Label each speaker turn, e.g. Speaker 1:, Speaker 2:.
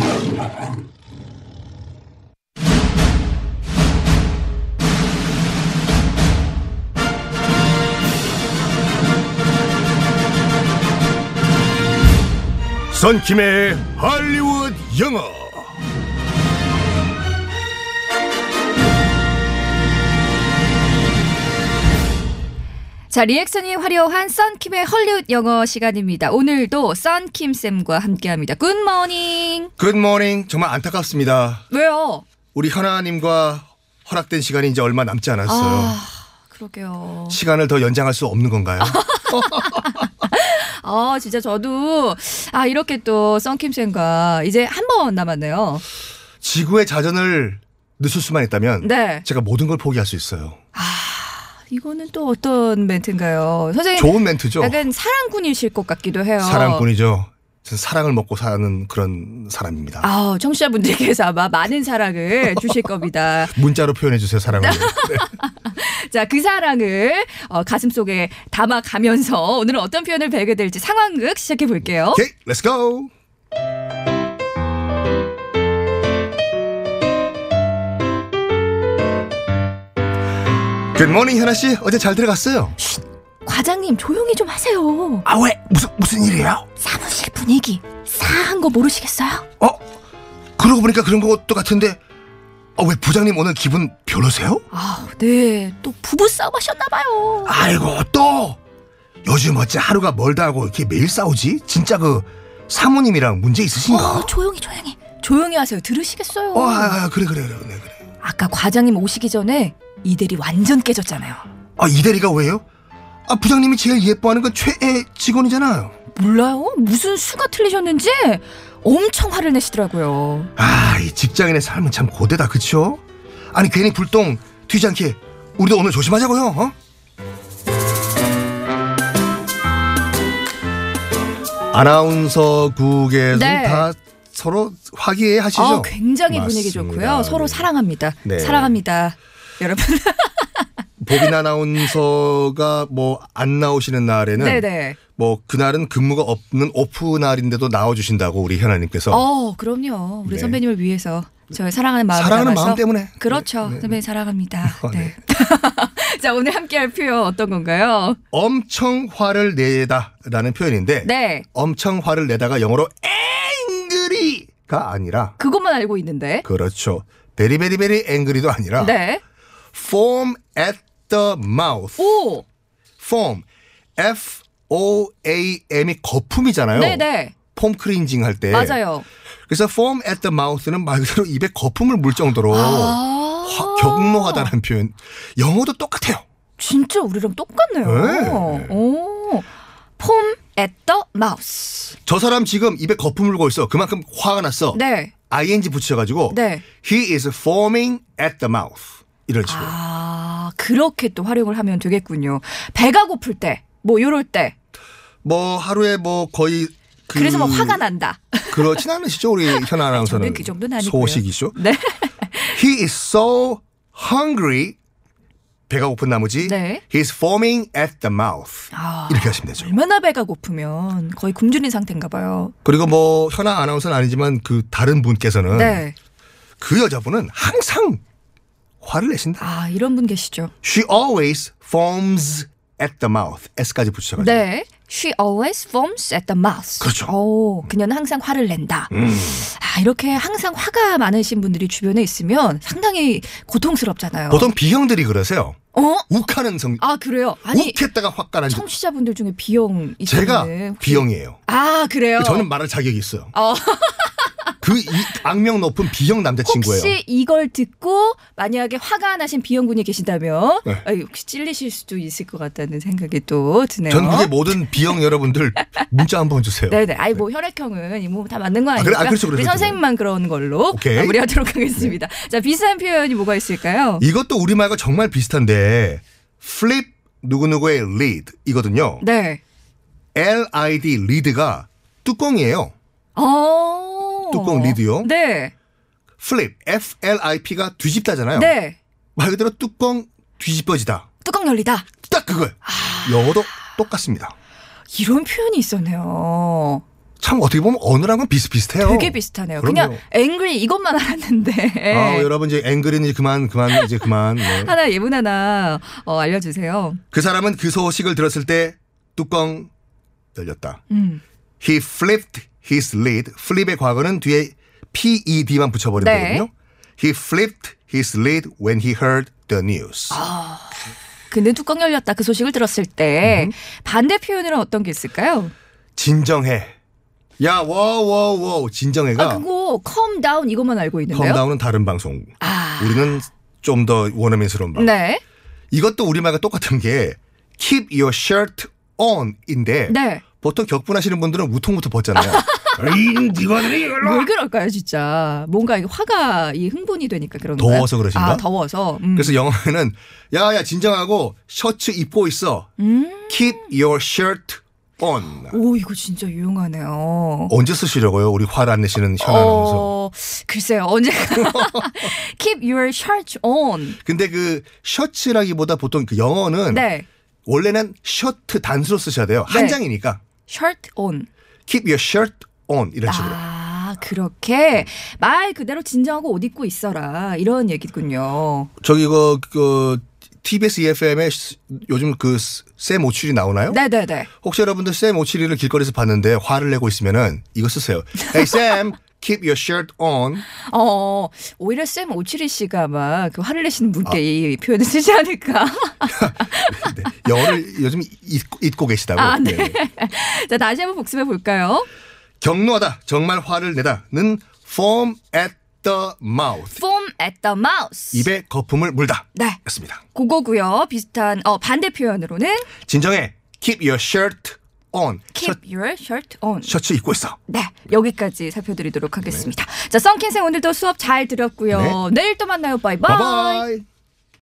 Speaker 1: 사람.
Speaker 2: 선킴의 할리우드 영어
Speaker 3: 자, 리액션이 화려한 썬킴의 헐리우드 영어 시간입니다. 오늘도 썬킴 쌤과 함께 합니다. 굿모닝!
Speaker 2: 굿모닝 정말 안타깝습니다
Speaker 3: 왜요?
Speaker 2: 우리 현아님과 허락된 시간이 이제 얼마 남지 않았어요
Speaker 3: 아, 그러게요.
Speaker 2: 시간을 더 연장할 수 없는 건가요?
Speaker 3: 아, 진짜 저도, 아, 이렇게 또 썬킴 쌤과 이제 한 번 남았네요.
Speaker 2: 지구의 자전을 늦을 수만 있다면
Speaker 3: 네.
Speaker 2: 제가 모든 걸 포기할 수 있어요
Speaker 3: 이거는 또 어떤 멘트인가요? 선생님,
Speaker 2: 좋은 멘트죠
Speaker 3: 약간 사랑꾼이실 것 같기도 해요.
Speaker 2: 사랑꾼이죠 저는 사랑을 먹고 사는 그런 사람입니다
Speaker 3: 아, 청취자분들께서 아마 많은 사랑을 주실 겁니다.
Speaker 2: 문자로 표현해 주세요 사랑을 네.
Speaker 3: 자, 그 사랑을 어, 가슴 속에 담아가면서 오늘은 어떤 표현을 배게 될지 상황극 시작해 볼게요.
Speaker 2: 오케이 렛츠고 굿모닝 현아씨 어제 잘 들어갔어요?
Speaker 3: 과장님 조용히 좀 하세요.
Speaker 2: 아 왜? 무슨 무슨 일이야?
Speaker 3: 사무실 분위기 싸한 거 모르시겠어요?
Speaker 2: 어? 그러고 보니까 그런 것도 같은데 아, 왜 부장님 오늘 기분 별로세요?
Speaker 3: 아, 네. 또 부부 싸움 하셨나 봐요.
Speaker 2: 아이고 또 요즘 어째 하루가 멀다 하고 이렇게 매일 싸우지? 진짜 그 사모님이랑 문제 있으신가?
Speaker 3: 어, 조용히 조용히. 조용히 하세요. 들으시겠어요?
Speaker 2: 어, 아, 아, 그래 그래 그래 그래 그래
Speaker 3: 아까 과장님 오시기 전에 이대리 완전 깨졌잖아요.
Speaker 2: 아 이대리가 왜요? 아 부장님이 제일 예뻐하는 건 최애 직원이잖아요
Speaker 3: 몰라요? 무슨 수가 틀리셨는지 엄청 화를 내시더라고요.
Speaker 2: 아, 이 직장인의 삶은 참 고되다, 그쵸? 아니, 괜히 불똥 튀지 않게 우리도 오늘 조심하자고요, 어? 아나운서국에는
Speaker 3: 네.
Speaker 2: 다 서로 화기애 하시죠?
Speaker 3: 아, 굉장히 분위기
Speaker 2: 맞습니다.
Speaker 3: 좋고요. 서로 사랑합니다.
Speaker 2: 네.
Speaker 3: 사랑합니다. 여러분.
Speaker 2: 보빈 아나운서가 뭐 안 나오시는 날에는
Speaker 3: 네네.
Speaker 2: 뭐 그날은 근무가 없는 오프 날인데도 나와주신다고 우리 현아님께서
Speaker 3: 어, 그럼요. 우리
Speaker 2: 네.
Speaker 3: 선배님을 위해서 저의 사랑하는 마음
Speaker 2: 사랑하는
Speaker 3: 담아서.
Speaker 2: 마음 때문에
Speaker 3: 그렇죠.
Speaker 2: 네, 네.
Speaker 3: 선배님 사랑합니다.
Speaker 2: 어,
Speaker 3: 네. 자, 오늘 함께 할 표현 어떤 건가요?
Speaker 2: 엄청 화를 내다라는 표현인데
Speaker 3: 네.
Speaker 2: 엄청 화를 내다가 영어로 angry가 아니라
Speaker 3: 그것만 알고 있는데.
Speaker 2: 그렇죠. very very very angry도 아니라
Speaker 3: 네.
Speaker 2: foam at the mouth.
Speaker 3: 오.
Speaker 2: foam. F O A M이 거품이잖아요. 예.
Speaker 3: 네, 네.
Speaker 2: 폼 크린징 할 때.
Speaker 3: 맞아요.
Speaker 2: 그래서 foam at the mouth는 말 그대로 입에 거품을 물 정도로
Speaker 3: 아.
Speaker 2: 화- 경로하다는 표현. 영어도 똑같아요.
Speaker 3: 진짜 우리랑 똑같네요.
Speaker 2: 네.
Speaker 3: 오. 폼 at the mouse.
Speaker 2: 저 사람 지금 입에 거품 물고 있어. 그만큼 화가 났어.
Speaker 3: 네.
Speaker 2: ing 붙여가지고
Speaker 3: 네.
Speaker 2: he is foaming at the mouth. 이럴 식으로.
Speaker 3: 아, 그렇게 또 활용을 하면 되겠군요. 배가 고플 때, 뭐 요럴 때.
Speaker 2: 뭐 하루에 뭐 거의 그
Speaker 3: 그래서 막 화가 난다.
Speaker 2: 그렇진 않으시죠 우리 현 아나운서는
Speaker 3: 저는 그 정도는 아니고요.
Speaker 2: 소식이죠.
Speaker 3: 네.
Speaker 2: He is so hungry. 배가 고픈 나머지
Speaker 3: 네.
Speaker 2: he is foaming at the mouth.
Speaker 3: 아.
Speaker 2: 이렇게 하시면 되죠.
Speaker 3: 얼마나 배가 고프면 거의 굶주린 상태인가 봐요.
Speaker 2: 그리고 뭐 현아 아나운서는 아니지만 그 다른 분께서는
Speaker 3: 네.
Speaker 2: 그 여자분은 항상 화를 내신다.
Speaker 3: 아, 이런 분 계시죠.
Speaker 2: She always foams at the mouth. S까지 붙여가지고.
Speaker 3: 네. She always foams at the mouth.
Speaker 2: 그렇죠. 음.
Speaker 3: 오, 그녀는 항상 화를 낸다. 아, 이렇게 항상 화가 많으신 분들이 주변에 있으면 상당히 고통스럽잖아요.
Speaker 2: 보통 비형들이 그러세요.
Speaker 3: 어?
Speaker 2: 욱하는 성.
Speaker 3: 아, 그래요? 아니,
Speaker 2: 욱했다가 확 가라앉고.
Speaker 3: 청취자분들 중에 비형
Speaker 2: 제가
Speaker 3: 있잖아요.
Speaker 2: 비형이에요.
Speaker 3: 아, 그래요?
Speaker 2: 저는 말할 자격이 있어요.
Speaker 3: 어.
Speaker 2: 그 이- 악명 높은 비형 남자친구예요.
Speaker 3: 혹시 이걸 듣고 만약에 화가 나신 비형군이 계신다면
Speaker 2: 네.
Speaker 3: 아유, 혹시 찔리실 수도 있을 것 같다는 생각이 또 드네요.
Speaker 2: 전국의 모든 비형 여러분들 문자 한번 주세요.
Speaker 3: 어? 네네. 아이 뭐 혈액형은 이 몸 다 맞는 거
Speaker 2: 그래? 그렇죠. 아,
Speaker 3: 아니에요?
Speaker 2: 그렇죠, 그렇죠,
Speaker 3: 우리
Speaker 2: 그렇죠.
Speaker 3: 선생님만 그런 걸로
Speaker 2: 오케이. 네.
Speaker 3: 마무리하도록 하겠습니다. 자 비슷한 표현이 뭐가 있을까요?
Speaker 2: 이것도 우리말과 정말 비슷한데 flip 누구누구의 lead 이거든요.
Speaker 3: 네.
Speaker 2: LID lead가 뚜껑이에요.
Speaker 3: 어.
Speaker 2: 뚜껑 리드요?
Speaker 3: 네.
Speaker 2: flip FLIP가 뒤집다잖아요.
Speaker 3: 네.
Speaker 2: 말 그대로 뚜껑 뒤집어지다.
Speaker 3: 뚜껑 열리다. 아.
Speaker 2: 딱 그거예요. 영어도 똑같습니다.
Speaker 3: 이런 표현이 있었네요.
Speaker 2: 참 어떻게 보면 언어랑은 비슷비슷해요.
Speaker 3: 되게 비슷하네요. 네. 그
Speaker 2: 그럼요.
Speaker 3: 냥 앵그리 이것만 알았는데.
Speaker 2: 아, 여러분 이제 앵글은 이제 그만 그만 이제 그만. 네.
Speaker 3: 하나 예문 하나 어, 알려주세요.
Speaker 2: 그 사람은 그 소식을 들었을 때 뚜껑 열렸다.
Speaker 3: 음.
Speaker 2: He flipped his lid. flip의 과거는 뒤에 ped만 붙여버리면
Speaker 3: 네.
Speaker 2: 되거든요. He flipped his lid when he heard the news.
Speaker 3: 아. 근데 뚜껑 열렸다 그 소식을 들었을
Speaker 2: 음.
Speaker 3: 때 반대 표현으로 어떤 게 있을까요?
Speaker 2: 진정해. 야, 워워워 진정해가
Speaker 3: 아 그거 calm down 이것만 알고 있는데요.
Speaker 2: 컴다운은 다른 방송.
Speaker 3: 아.
Speaker 2: 우리는 좀 더 원어민스러운 방송.
Speaker 3: 네.
Speaker 2: 이것도 우리말과 똑같은 게 keep your shirt on인데
Speaker 3: 네.
Speaker 2: 보통 격분하시는 분들은 우통부터 벗잖아요. 이 이거들이 이걸로.
Speaker 3: 왜 그럴까요, 진짜? 뭔가 이게 화가 이 흥분이 되니까 그런 거예요.
Speaker 2: 더워서 그러신가?
Speaker 3: 아, 더워서. 음.
Speaker 2: 그래서 영어에는 야야 진정하고 셔츠 입고 있어. Keep your shirt on.
Speaker 3: 음. 오, 이거 진짜 유용하네요.
Speaker 2: 언제 쓰시려고요? 우리 화를 안 내시는 현 아나운서.
Speaker 3: 어, 글쎄요, 언제가. Keep your shirt on.
Speaker 2: 근데 그 셔츠라기보다 보통 그 영어는
Speaker 3: 네.
Speaker 2: 원래는 셔츠 단수로 쓰셔야 돼요. 한
Speaker 3: 네.
Speaker 2: 장이니까.
Speaker 3: shirt on.
Speaker 2: Keep your shirt on 이런 식으로.
Speaker 3: 아, 그렇게 말 그대로 진정하고 옷 입고 있어라. 이런 얘기군요.
Speaker 2: 저기 이거 그 TBS EFM에 요즘 그쌤 오출이 나오나요?
Speaker 3: 네네네.
Speaker 2: 혹시 여러분들 쌤 오칠이를 길거리에서 봤는데 화를 내고 있으면은 이거 쓰세요. Hey Sam, keep your shirt on.
Speaker 3: 어, 오히려 쌤 오칠이 씨가 아마 그 화를 내시는 분께 이 표현을 쓰지 않을까.
Speaker 2: 네, 영어를 요즘 잊고, 잊고 계시다고.
Speaker 3: 아, 네.
Speaker 2: 네.
Speaker 3: 자, 다시 한번 복습해 볼까요?
Speaker 2: 경로하다, 정말 화를 내다는 foam at the mouth.
Speaker 3: foam at the mouth.
Speaker 2: 입에 거품을 물다.
Speaker 3: 네.
Speaker 2: 였습니다.
Speaker 3: 그거고요. 비슷한 어 반대 표현으로는
Speaker 2: 진정해. Keep your shirt on. 셔,
Speaker 3: keep your shirt on.
Speaker 2: 셔츠 입고 있어.
Speaker 3: 네, 여기까지
Speaker 2: 네.
Speaker 3: 살펴드리도록 하겠습니다. 자, 썬킨생 오늘도 수업 잘 들었고요. 내일 또 만나요. 바이바이.
Speaker 2: 바이바이.